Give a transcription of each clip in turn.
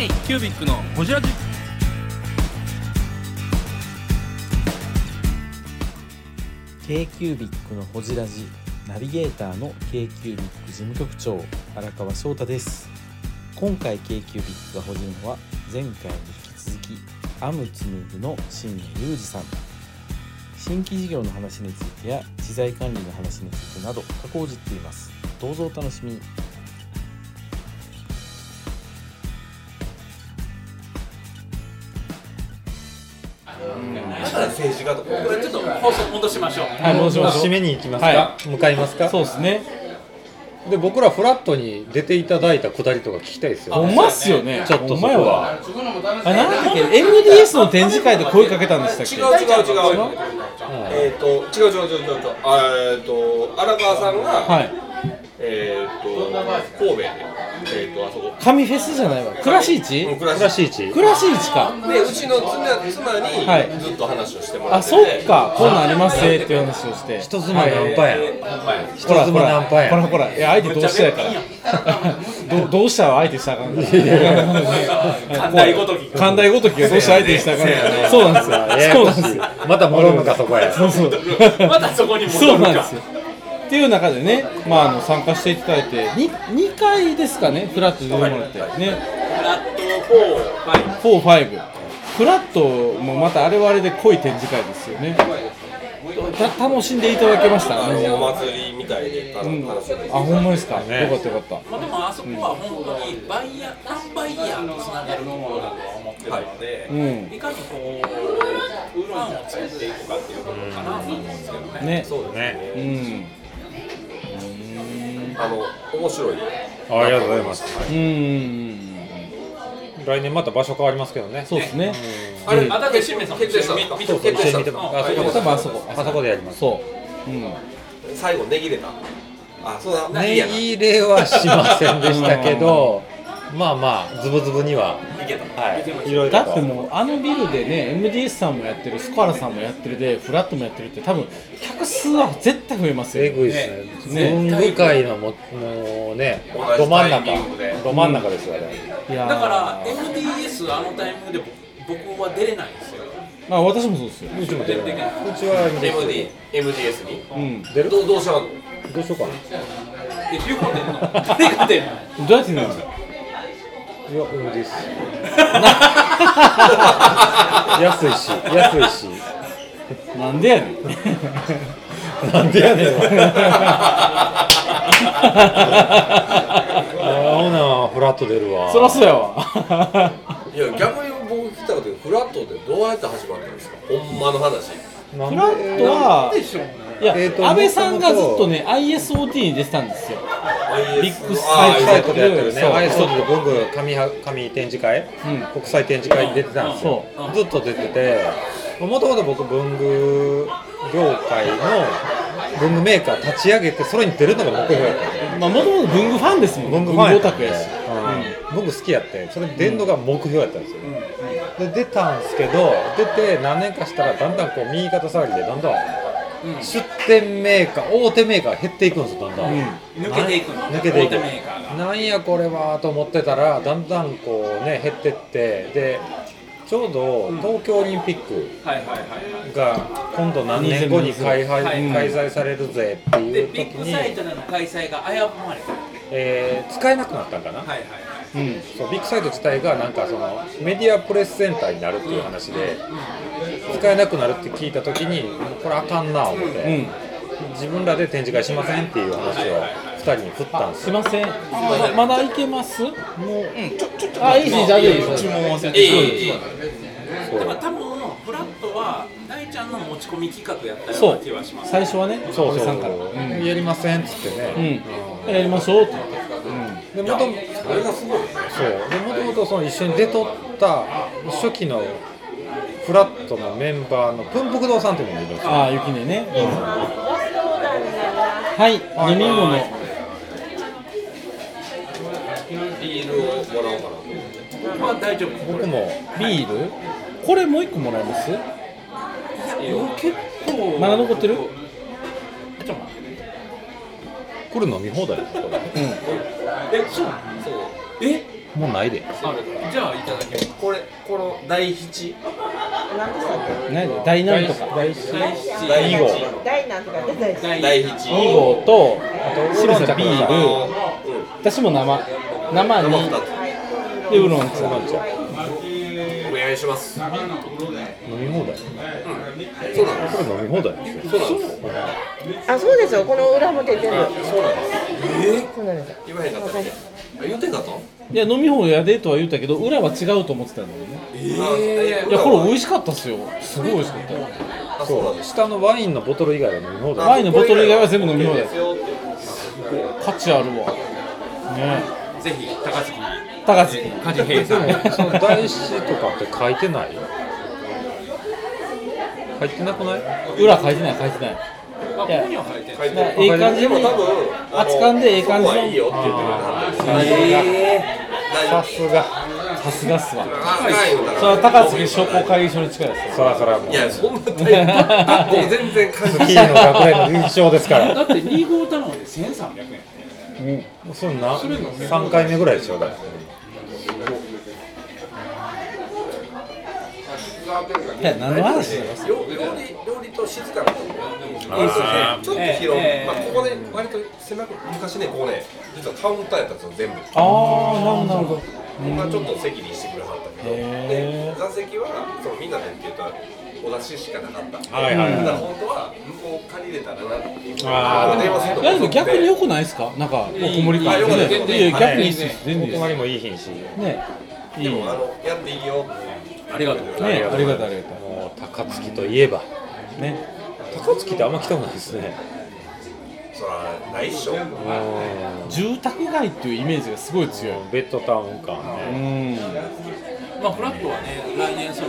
イキュービックのホジラジー KQBIC のほじラジナビゲーターの KQBIC 事務局長荒川翔太です今回 KQBIC がほじるのは前回に引き続きアムツムグの新野裕二さん新規事業の話についてや知財管理の話についてなど過去をじっていますどうぞお楽しみに政治家とかこれちょっと放送戻しましょうはい、戻します。締めに行きますか。は向かいますか。そうですねで、僕らフラットに出ていただいたくだりとか聞きたいですよ。ほんまっすよねちょっとほんまやわあなんだっけ MDS の展示会で声かけたんでしたっ違うけ違う違うえっと違う違う違う違う違うえっと荒川さんが、はい。えっと神戸でえっとあそこ神フェスじゃないわ倉市市うん倉暮ら敷し市。倉市市かでうちの妻妻に、はいずっと話をしてもらあってそてっかこんなんありますねっていう話をして人妻ナンパや。人ほら妻ほらナンパほらや。ほらいや相手どうしたやからどどうしたら相手したらあかんから寛大ごとき寛大ごときがどうしたら相手したらあかんからそうなんですやよそうやなんこしいですよまた戻るのかそこへ。そうそうまたそこにそ戻うるなんでかすよ。っていう中でね、まあ、あの参加していただいて、に2回ですかね、フラット出てもらって、ね、フラット4はい4、5、フラットもまたあれはあれで濃い展示会ですよね、た楽しんでいただけました、あね、のお祭りみたいで楽しかったあ、ほんまですか、よかったよかっまあ、でもあそこは本当にバイヤー、何バイヤーとつながるところだとは思ってるので、た、うん、い、かにこう、ファンを作っていくかっていうことかなと思うんですけどね。ね、そうですねうん、あの面白いあありがとうございます。うん、来年また場所変わりますけどね。そうですね、あれあだって清水さんも決定したみ見てそもう決一定緒しに見てたもああそこでそこ多分あそこ、あそこでやります。そう、うん、最後値切れたあそうだねいいやな入れはしませんでしたけど、まあまあズブズブには。はい。いろいろと。だってもうあのビルでね MDS さんもやってるスコアラさんもやってるでフラットもやってるって多分客数は絶対増えますよえぐいですね。文具界のももうね同じど真ん中タイミングでど真ん中ですよね。いやーだから、MDS、あのタイミングで僕は出れないんですよ。まあ私もそうですようちも出る。うできなちは MD MDS にうん出る。どうどうしたのどうしようかな。 え、リュウコ出るの誰が出るのどうやって寝るのいや、うんです。 安いし、安いし。なんでやねんなんでやねん。ほな、フラット出るわ。そらそうやわいや逆に僕聞きたかったけどフラットってどうやって始まったんですかほんまの話なんフでラットはねいや、えーと安倍さんがずっとね ISOT に出てたんですよビッグス国際とことやってるね。そうアイソンで文具紙は紙展示会、うん国際展示会に出てたんですよ。ずっと出てて、もともと僕文具業界の文具メーカー立ち上げてそれに出るのが目標やったの。まあもともと文具ファンですもん文具ファン文や具っオタたクんでやし、うん僕好きやってそれ出んのが目標やったんですよ、で出たんですけど出て何年かしたらだんだんこう右肩下がりでだんだん出店メーカー大手メーカー減っていくんですよだんだん、うん抜けていくの抜けていく大手メーカーがなんやこれはと思ってたらだんだんこうね減ってってでちょうど東京オリンピック、はいはいはいはい。が今度何年後に開2020はい催開催されるぜっていで、う時ビッグに、サイトでの開催が危ぶまれた。はえー使えなくなったんかな、いはいはい。うんそうビッグサイト自体がなんかそのメディアプレスセンターになるっていう話で使えなくなるって聞いた時にこれあかんな思っうてん自分らで展示会しませんっていう話を2人に振ったんですすいよませんままだいけますもうあいいですいいですいいですえええだから多分フラットは大ちゃんの持ち込み企画やったよそううな気はします。最初はねそう安倍そさうんからそうやりませんっつってうねん、やりましょうって言ってで元々それがすごいねそうでもともとその一緒に出とった初期のフラットのメンバーのプンプク堂さんっていうのがいるんですよああ雪音ね、はい飲み物ビールをもらおうかな僕は大丈夫。僕もビールこれもう一個もらえます結構まだ残ってるこれ飲み放題ですよえそう。えもうないであじゃあいただきますこれこの第七ないで第何とか第第第2号第なんとか出ないし第七2号とあとウーロン茶ビあールのうん私も生生に生二つでウーロン茶飲んじゃお願いしますそう飲み放題なんですこれ飲み放題ですよそうなんですあそうですよこの裏表全部そうなんですそうなんですよ言わへんかったっけあ言うてんかったいや飲み放やでとは言ったけど裏は違うと思ってたんだよねえいやこれ美味しかったっすよすごい美味しかったよあそうなんそうです下のワインのボトル以外は飲み放題ワインのボトル以外は全部飲み放題ですよって価値あるわねぜひ高槻に高槻梶平でさんもその台紙とかって書いてない書いてなくない裏書いてない書いてないあここには書いてる書いてるええ感じにでも多分あの扱んでええ感じのそこはいいよって言ってくれたんで大丈さ夫すがさすがっすわ高いよだからそれは高槻商工会議所に近いですよそらそらもういやそんなタイプ僕全然関スキ係ーないの学園の優勝です からだって2号頼んで1300円もうそれな3回目ぐらいでしょだって いや何の話してます料理料理と静かなとこいいっすねちょっと広い、まあ、ここで割と狭く昔ねこうね実はカウンターやったんですよ全部ああなるほど僕はちょっと席にしてくれはったけどへで座席はそのみんなでっていうとお出ししかなかったんではいはいはいだから本当は向こう借りれたらなっていうあー電話するといやでも逆に良くないですかなんかおこもりい感いいいね全然いや逆にいいっすよお全然いいっ隣もいい品種すねいいでねもあのやっていいよってありがとうございねありがたいありがたもう高槻といえばいね高槻ってあんま来たことないですねそらないっしょうまん住宅街っていうイメージがすごい強いベッドタウン感うねんますまあフラットはね来年その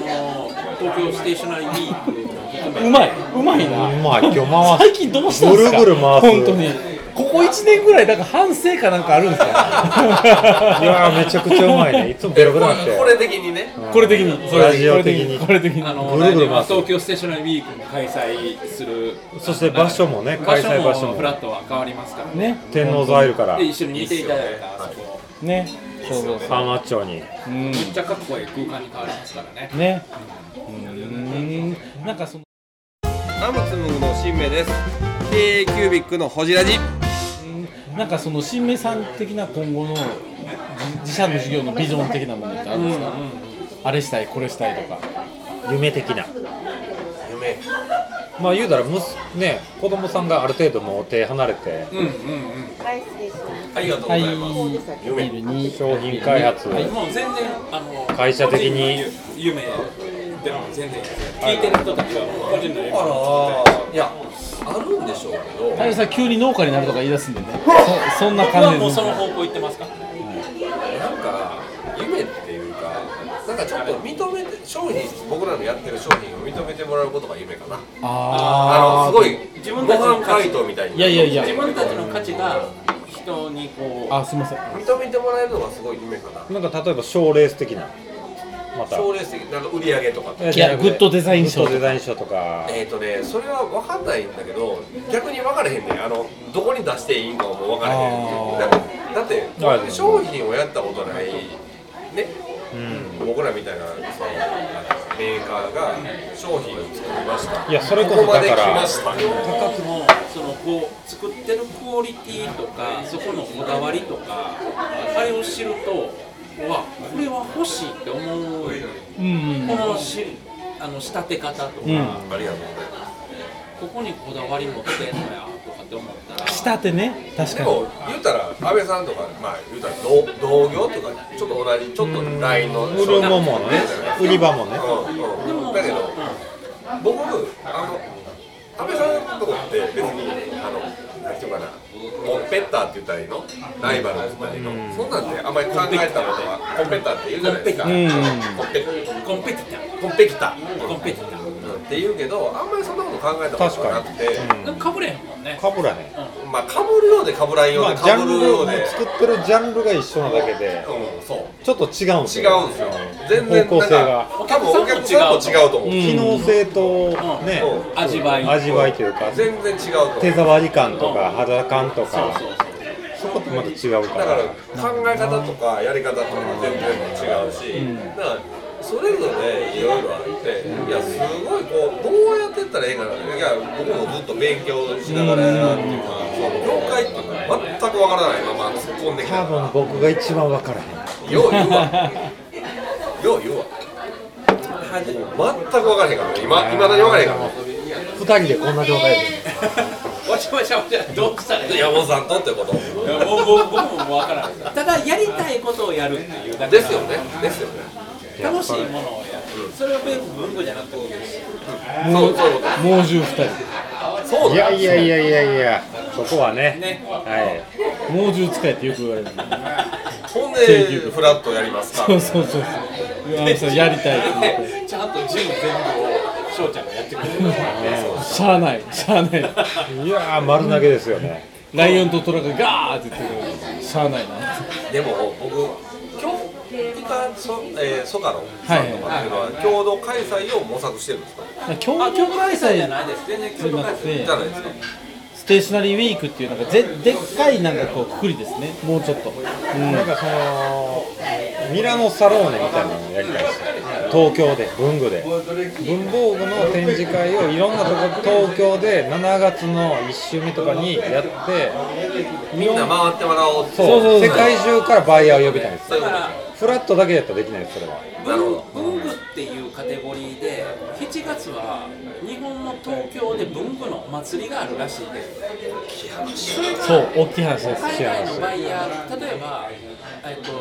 東京ステーショナリーウィークを含めうまいうまいなうまい今日回す最近どうしたんですかぐるぐる回す本当にここ1年ぐらいなんか反省かなんかあるんですか いやーめちゃくちゃうまいねいつもベロベロになってこれ的にねこれ的にそれラジオ的にこれ的にあのぐる来ぐる年は回す東京ステーショナリーウィークも開催するそして場所もね場開所催場所もフラもットは変わりますからねね天王座アイルからで一緒に見ていただいたあそこねそうそうそう浜松町にうめんっちゃかっこいい空間に変わりますからねねうんなんかそのアムツムグの新名です k キュービックのほじラジなんかその新名さん的な今後のじ自社の事業のビジョン的なものってあるんですか、あれしたいこれしたいとか夢的な夢まあ言うたらむす、ね、子供さんがある程度もう手離れてうんうんうんはい失礼しますありがとうござはいいます、そうでしたっけ夢ビールに商品開発はいもう全然あの会社的に個人の夢でも全然聞いてる人たちは個人の夢あらいやあるんでしょうけど太陽さん急に農家になるとか言い出すんでねそそんな僕感はじもうそので方向行ってますからねなんか夢っていうか、なんかちょっと認めて商品僕らのやってる商品を認めてもらうことが夢かな。あのあすごい自ご分たちの飯回答みたいーに。いやいやいや自分たちの価値が人にこうあすいません認めてもらえるのがすごい夢かな。なんか例えば賞レース的なまた賞レース的なんか売り上げとかって。いやグッドデザイン賞グッドデザイン賞とかえーとね、それは分かんないんだけど逆に分からへんねあのどこに出していいんかも分からへんだだってはい商品をやったことないねうん僕らみたいなそのメーカーが商品を作りましたいやそれこそここまでだ来からました価格もそのこう作ってるクオリティとかそこのこだわりとかあれを知るとうわこれは欲しいって思ううんこのしあの仕立て方とか、あうんりがとうございますここにこだわり持ってんのやとかって思ったら仕立てね確でかにも言うたら安倍さんとかまあ言うたら同同業とかちょっと同じちょっとラインの売るもんもね売り場もねうんうんだけど僕あの安倍さんのとこって別にあのなんていうかなコンペッターって言ったらいいのライバルって言ったらいいの、そんなんであんまり考えたことはコンペッターって言うじゃないですかコンペココンンペペティターコンペキタコンペティターって言うけどあんまりそんなこと考えたことがなくて、なんかかぶれへんもんねかぶらへんまあかぶるようでかぶらんようまであジャかンぶるルようをで、作ってるジャンルが一緒なだけでうんそうちょっと違うんです違ようんですよ全然方向性がなんか多分お客さんも違うと思う、機能性とねうん味わい味わいというか全然違うと思う手触り感とか肌感とそうかそうそうそことまた違うかだらから考え方とかやり方とか全然違うし、だからそれぞれいろいろあって、いやすごいこうどうやってったらいいかなっていや僕もずっと勉強しながらやなっていうか、その業界っていうのは全くわからないまま突っ込んできた多分僕が一番分からへんよう言うわ よう言うわ全く分からへんからね今今だに分からへんからね2人でこんな状態でわちゃわちゃわちゃどうしたらいい山本さんとってこといやもうもう僕ももう分からない ただやりたいことをやるっていうだけですよねですよね楽しいものをやるそれは全部文具じゃなくてもいいしそうそういうこと猛獣2そうだいやいやいやいやいやそこはねね はい人猛獣使えってよく言われるほんでフラットやりますかそうそうそうそうあのそうやりたいって言ってでちゃんと順全部を翔ちゃんがやってくれるしゃあないしゃあないいやー丸投げですよねライオンとトラがガーって言ってくるしゃあないなでも僕今日ピカソ、えー、ソカロさんとかっていうのは共同開催を模索してるんですか、共あ同開催じじゃゃなないいです全然じゃなくてじゃないですかステーショナリーウィークっていうなんかぜでっかいなんかこうくくりですねもうちょっと、うんなんかそのミラノサローネみたいなのをやりたいですよ東京で文具で文房具の展示会をいろんなとこ東京で7月の1週目とかにやってみんな回ってもらおうってそうそうそう世界中からバイヤーを呼びたいんですそうよいうことからフラットだけだったらできないですそれはなるほど文文具っていうカテゴリーで7月は日本の東京で文具のお祭りがあるらしいですそれがそう大きい話です海外のバイヤー例えば、えっと、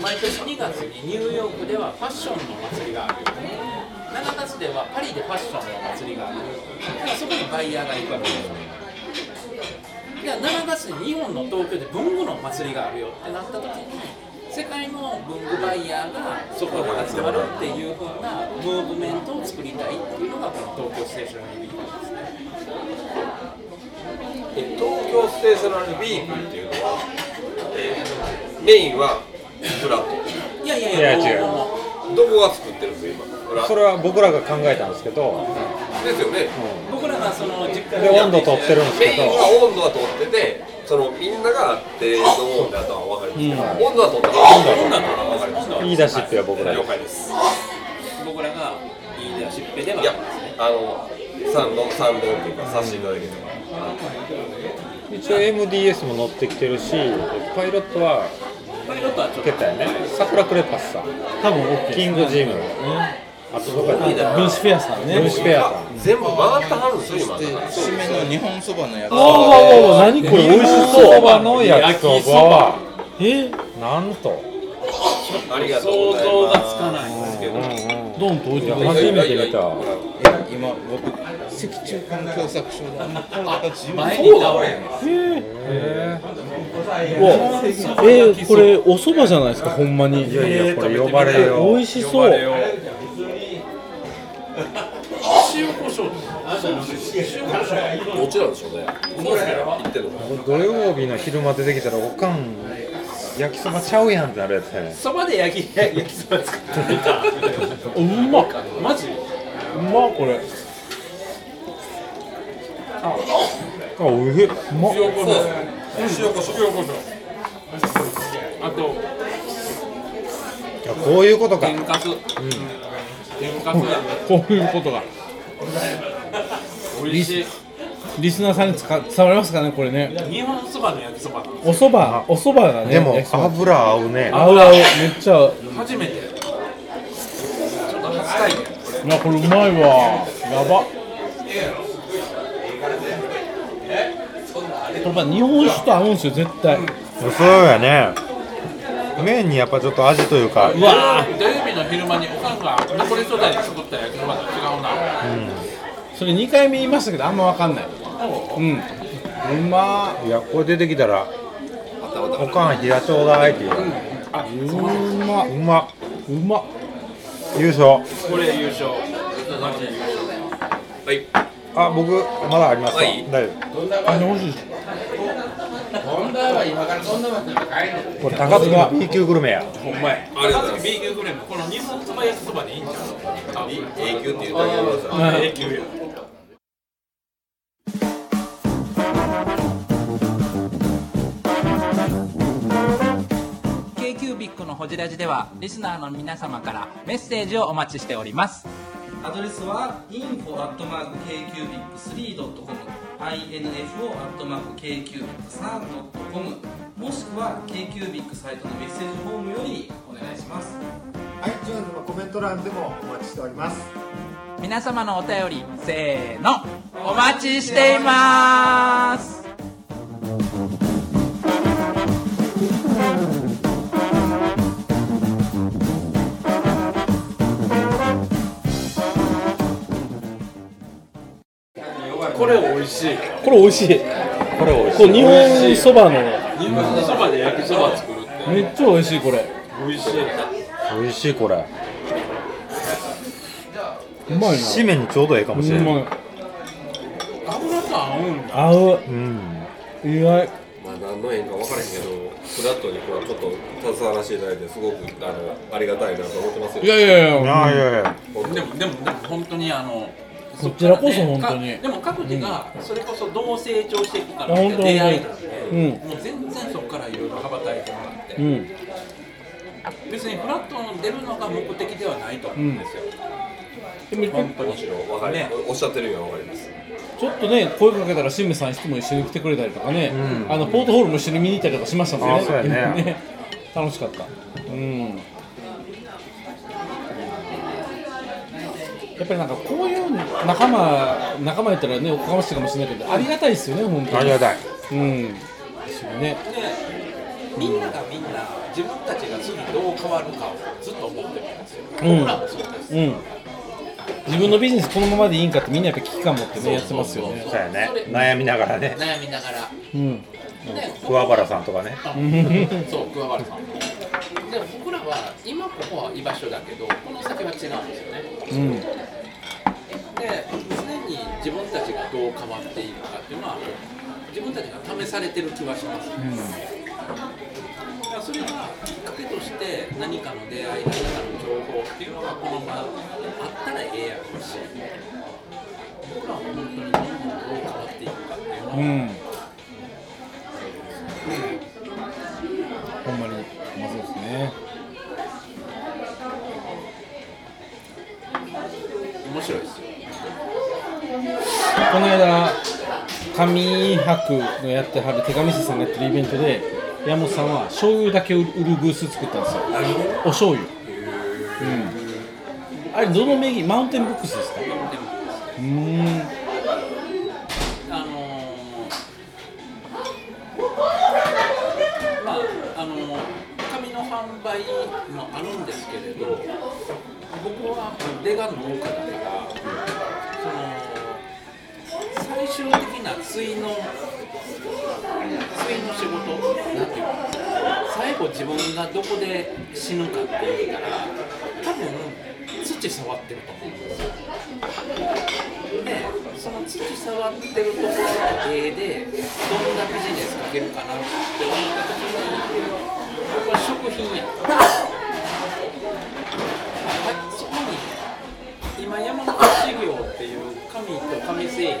毎年2月にニューヨークではファッションのお祭りがある7月ではパリでファッションのお祭りがあるだからそこにバイヤーが行くわけですよいや7月に日本の東京で文具のお祭りがあるよってなった時に世界の文具バイヤーがそこに集まるっていうふうなムーブメントを作りたいっていうのがこの東京ステーションの意味なんですねえ東京ステーショナルウィークっていうのは、えーメインはフラッいやいやいいやや違うもうもうもうトどこが作ってるんですか今フラそッれは僕らが考えたんですけどトですよね僕らがその実家で温度とってるんですけメインどは温度は取っててそのみんながって飲もうんだとは分かりますけど、温度は取ってて温度は分かりますか言い出しっぺは僕ら了です解です僕らがいい出しっぺではいやあの三度三度っていうかさせていただければ一応 MDS も乗ってきてるしパイロットはパイロットはちょっ受けたよね桜クレパスさん多分 OK キングジムあとどこやった分子フェアさんね分子ペアさん全部回ったはるんですよ今締めの日本そばのやつおーおーおー何これ美味しそうそばの焼きそばはえなんとありがとう想ござい像まがつかないんですけどドンと置いてくれ初めて見た今僕脊柱管狭窄症だ前に倒れうわえー、これお蕎麦じゃないですかほんまにいやいやこれ呼ばれよ美味しそう塩コショウすどっちなんでしょうねそうですね言ってるのか土曜日の昼間出てきたらおかん焼きそばちゃうやんってなるやつやねそばで焼き焼きそば作ってみたうまっマジうまっこれあおいしいうまっ塩コショウ塩コショウあといやこういうことか天かす天かすこういうことが美味しいリスナーさんにつか伝わりますかねこれね日本そばの焼きそばお蕎麦お蕎麦がねでも焼きそば油合うね合う合うめっちゃ合う初めてちょっと初体験いやこれうまいわやばやっぱ日本酒と合うんですよ絶対そうやね麺にやっぱちょっと味というかうわテレビの昼間におかんが残り素材で作った焼きそばと違うなそれ2回目言いましたけどあんま分かんないうんうまいやこれ出てきたらおかん平ちょうだいって言ううまうまっうま優勝これ優勝はいあ僕まだありますかはい大丈あれ美味しいです夫これ高槻の B 級グルメやほんまやありがとうございます B 級クレームこの日本そば焼きそばでいいんちゃう A 級って言うときますよあ A 級やックのほじラジではリスナーの皆様からメッセージをお待ちしておりますアドレスは info.kcubic3.com info.kcubic3.com もしくは KQBIC サイトのメッセージフォームよりお願いします iTunes のコメント欄でもお待ちしております皆様のお便りせーのお待ちしていますこれ美味しいこれ美味しいこれ美味しこいう日本そばのめ日本のそばで焼きそば作るってっちゃ美味しいこれ美味しい美味しいこれうまいな締めにちょうどええかもしれうない、まい油と合うんだ合ううん、意外まあ何の縁か分からへんけどフラットにこうちょっと携わらせていただいてすごくあのありがたいなと思ってますよいやいやいやああいやいやでもでもでも本当にあのこちらこそっ本から当ねかにでも各自がそれこそどう成長していくかいや本当に出会いなんで、うもう全然そこからいろいろ羽ばたいてもらって、うん別にフラットに出るのが目的ではないと思うんですよ、でも本当に分かりますおっしゃってるよ分かりますちょっとね声かけたらしめさんいつも一緒に来てくれたりとかね、あのポートホールも一緒に見に行ったりとかしました もんねあそうやね楽しかったうんやっぱりなんかこういう仲間仲間言ったらねおこがましいかもしれないけどありがたいですよね本当にありがたいうんですよでねみんながみんな自分たちが次どう変わるかをずっと思ってるんですよ、うん僕らもそうですうん自分のビジネスこのままでいいんかってみんなやっぱ危機感持ってねやってますよねそうやね悩みながらね悩みながら、うんで桑原さんとかね そう、桑原さん。でも僕らは今ここは居場所だけど、この先は違うんですよね。うんで、常に自分たちがどう変わっていくかっていうのは、自分たちが試されてる気はします。だからそれがきっかけとして何かの出会い、何かの情報っていうのがこの場あったらええやろうし、僕らは本当にどんどんどう変わっていくかっていうのは、うん。ほんまに、まあ、そうですね。面白いですよ。この間、紙博のやってはる手紙師さんがやってるイベントで、山本さんは醤油だけ売るブース作ったんですよ。お醤油。うん。あれ、どの名義、マウンテンブックスですか。うでもーん。あのーまああのー紙の販売もあるんですけれど僕は出が農家だからその最終的な対の対の仕事なんていうの最後自分がどこで死ぬかっていうから多分土触ってると思うんですよでその土触ってるところの絵でどんなビジネスかけるかなって思った時にこれ食品やからそこに今山本資料っていう紙と紙製品を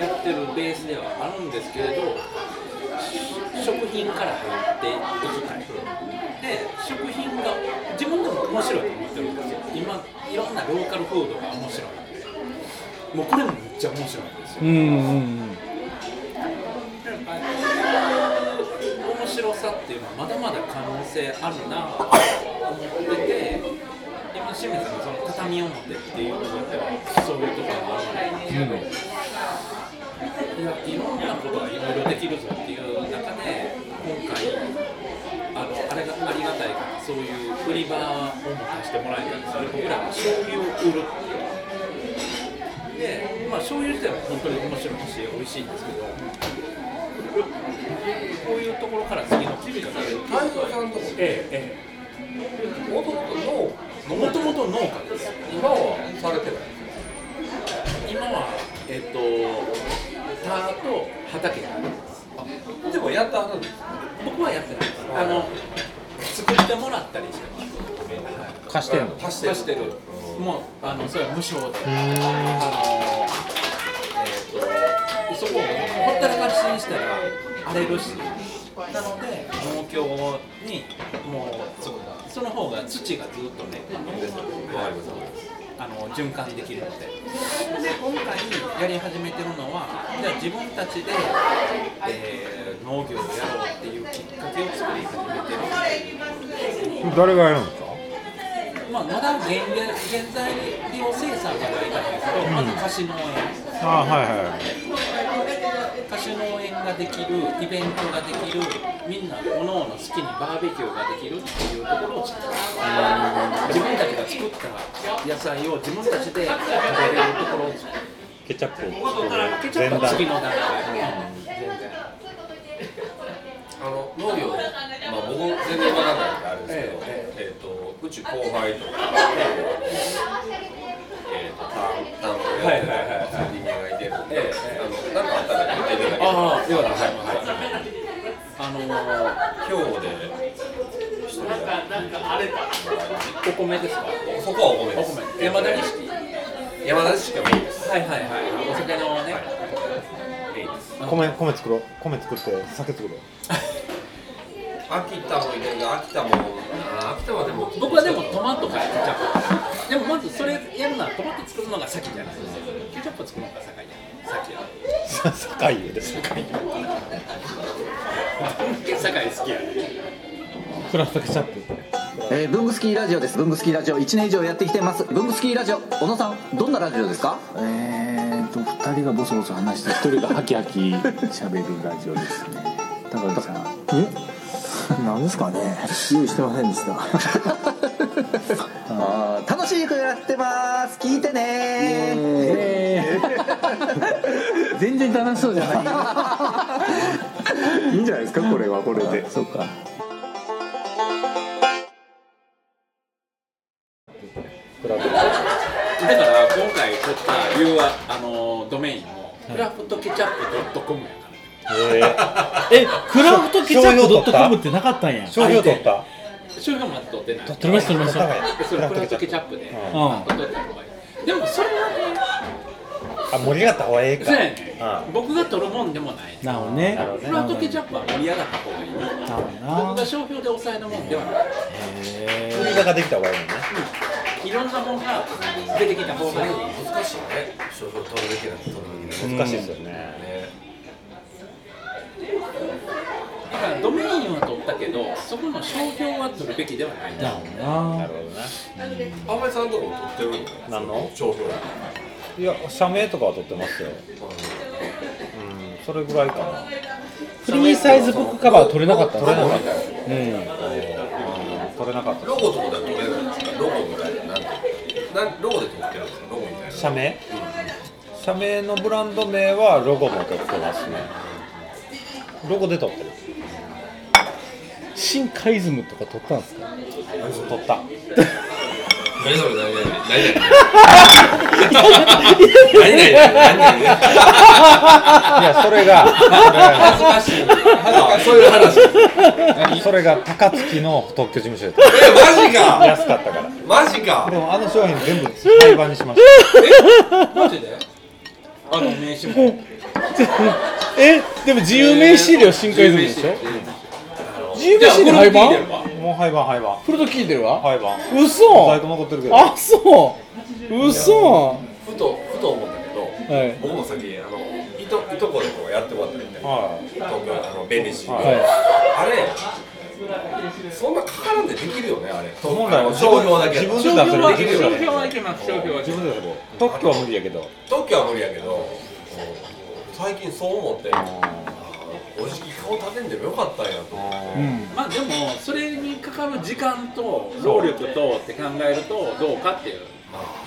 やってるベースではあるんですけれど食品から入っていきたいで食品が自分でも面白いと思ってるんですよ今いろんなローカルフードが面白いもうこれもめっちゃ面白いんですよ。うんうん面白さっていうのはまだまだ可能性あるなと思ってて、今清水さんがその畳表っていう部分ではそういうところもあるんですけど、いやいろんなことがいろいろできるぞっていう中で今回あのあれがありがたいからそういう売り場を持たせてもらえたんですよ。僕らが醤油を売るっていう。で、まあ、醤油自体は本当に面白いし美味しいんですけどこういうところから次の清水さん太蔵さんとええもともとええもともと農家です今はされてない今はえっ、と田と畑がありますでもやったはずです僕はやってないですあの作ってもらったりしてます貸してんの足してるしてるもうあのそれは無償であのえっ、とそこをほったらかしにしたら荒れるしあなので農協にもうそうだその方が土がずっとねあのあの循環できるのでで今回やり始めてるのはじゃあ自分たちで、えー農業をやろうっていうきっかけを作り始めてる誰がやるんですかまあ、まだ原原原材料生産がないからですけど、まず貸し農園あはいはい貸し農園ができるイベントができるみんなおのおの好きにバーベキューができるっていうところを作って自分たちが作った野菜を自分たちで食べれるところを作ってケチャップを作ケるチャ前ップ段は次の段階全然あの農業、まあ、僕全然わかんないんであれですけど、えっ、とうち後輩とか、えっ、とタンタンをやってる人間がいてるんで、あのなんかあったら言っていただけれあばあよかったはいあのー、今日で一人だお米ですかそこはお米でおす米山田錦山田しかメインですはいはいはいお酒のね、メインです米米作ろう米作って酒作ろう秋田もいるんで秋田もあー秋田はでも僕はでもトマトからケチャップでもまずそれやるならトマト作るのが先じゃないケチャップ作るのが先じゃない先やさ酒井です酒井酒井好きやねクラフトケチャップえー、ブングスキーラジオですブングスキーラジオ1年以上やってきてますブングスキーラジオ小野さんどんなラジオですかえーと2人がボソボソ話して1人がハキハキ喋るラジオですね高橋さんえなんですかね用意してませんでしたあー楽しい曲やってます聞いてね全然楽しそうじゃないいいんじゃないですかこれはこれでそうかだから今回取った理由はあのドメインのクラフトケチャップ .com やから えクラフトケチャップドットコ商標取ったムってなかったんや商標取った商標まで取ってない取りました取りましたそれクラフトケチャップで、うん取った方がいいでもそれはねあ盛り上がった方がええかそうやね僕が取るもんでもないなるほどねなるほどクラフトケチャップは盛り上がった方がいいなるほどな僕が商標で抑えるもんではないうん売り場ができた方がいいもんねいろんなものが出てきた方がいい難しいね商標取るべきなの取るべきなの難しいですよねねだからドメインは取ったけどそこの商標は取るべきではないなるほどななるほどねあんまりさんとこも取ってるの何の商標いや社名とかは取ってますようんそれぐらいかなフリーサイズブックカバー取れなかった取れなかっねたようん取れなかったロゴとかでは取れないんですかロゴみたいななんてなんロゴで取ってるんですかロゴみたいな社名社名のブランド名はロゴも取ってますねロゴで取ってる新カイズムとか取ったんですか取った何それ何々い何々何々何々やそれがそ恥ずかしいあそういう話れが それが高槻の特許事務所やったえマジか安かったからでマジかもあの商品全部廃盤にしましあの名刺もえでも自由名刺入れは新カイズムでしょ自由名刺入れ廃盤たもう廃盤廃盤フルート聞いてるわ廃盤在庫嘘残ってるけどあそう嘘ふとふと思うんだけどはい僕もさっきあのいといとこでこうやってもらったみたいなは東京あの便利しいはいはあれそんなかからんでできるよねあれ本来は商標だけ自分商で出せ標るはできるよねはいけます商標は自分で出せる特許は無理やけど特許は無理やけど最近そう思っておじき顔立てんでもよかったんやと思ってまあでもそれにかかる時間と労力とって考えるとどうかっていう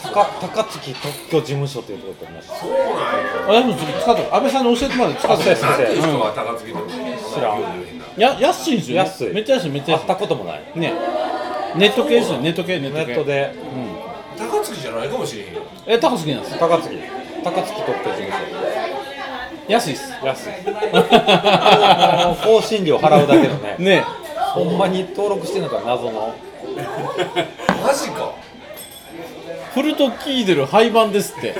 高高槻特許事務所っていうところになりますそうなんやあでも使った安倍さんに教えてもらって使ったやつそうなんていうや人が高槻の知らんや安いんですよね安いめっちゃ安いめっち会ゃっ安たこともないいねネット系ですよネット系ネネット系ットで高槻じゃないかもしれへんよえ高槻なんです高槻高槻特許事務所安いっす 安いもう更新料払うだけの ねねほんまに登録してんのか謎のマジかフルトキーデル廃盤ですって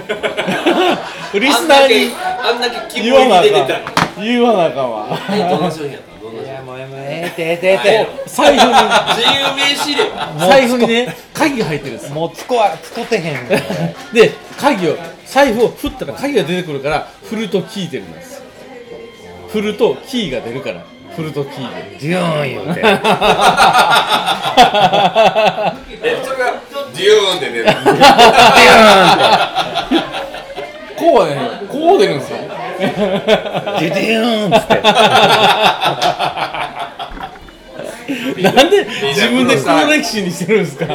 リあスんナだーけにあんだけ気言わ分なにあ出てたかん言わなあかんわえどんな商品やったのどんな商品いやまもうええってええってええって財布に自由名刺もう財布にね鍵が入ってるんですもうつこわつこてへん で鍵を財布を振ったら鍵が出てくるから振るとキー出るんです振るとキーが出るから振るとキーでデューン言うてえそれがデューンって出るデューンってこうはねこう出るんですよデュデューンっつって なんで自分で黒歴史にしてるんですかい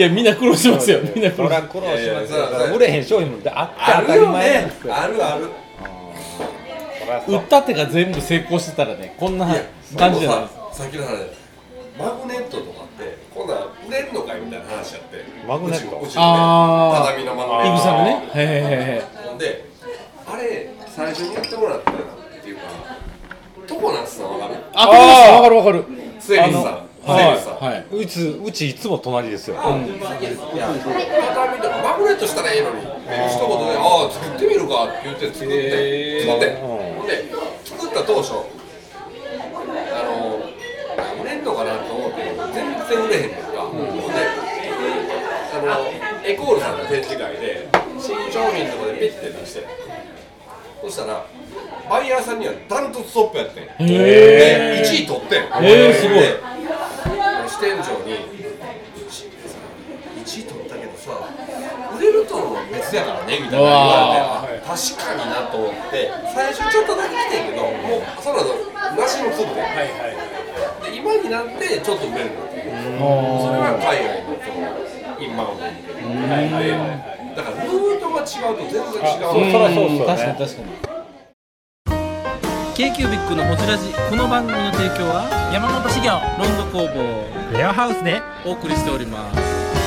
やみんな苦労し ますよみんな苦労そら苦労しますよ売れへん商品もあって当たり前なんですよあるある売った手が全部成功してたらねこんな感じじゃないですもうささっきの話マグネットとかってこんなん売れんのかいみたいな話やってマグネットうちもうちもねああ畳のマグネットイブさんのねへえほんであれ最初にやってもらったらっていうかどこなんすのわかるあ、わかるわかるわかる。スエリスさんあのスエはリスさんい。うちうちいつも隣ですよ、いや畳とかマグネットしたらええのに一言で「ああ作ってみるか」って言って作って作ってほんで作った当初あの売れんのかなと思って全然売れへんとか、ほんであのエコールさんの展示会で新商品とかでピッて出してそしたらバイヤーさんにはダントツトップやってんへーで1位取ってんへーすごいで支店長に1位取ったけどさ売れるとのは別やからねみたいなの言われてあ確かになと思って最初ちょっとだけ来てんけどもうその後なしの粒で,、で今になってちょっと売れるのそれは海外のそのインバウンドで、だからルートが違うと全然違ううん確かに確かに。 k イキュービックのホジラジこの番組の提供は山本資源ロンド工房レアハウスでお送りしております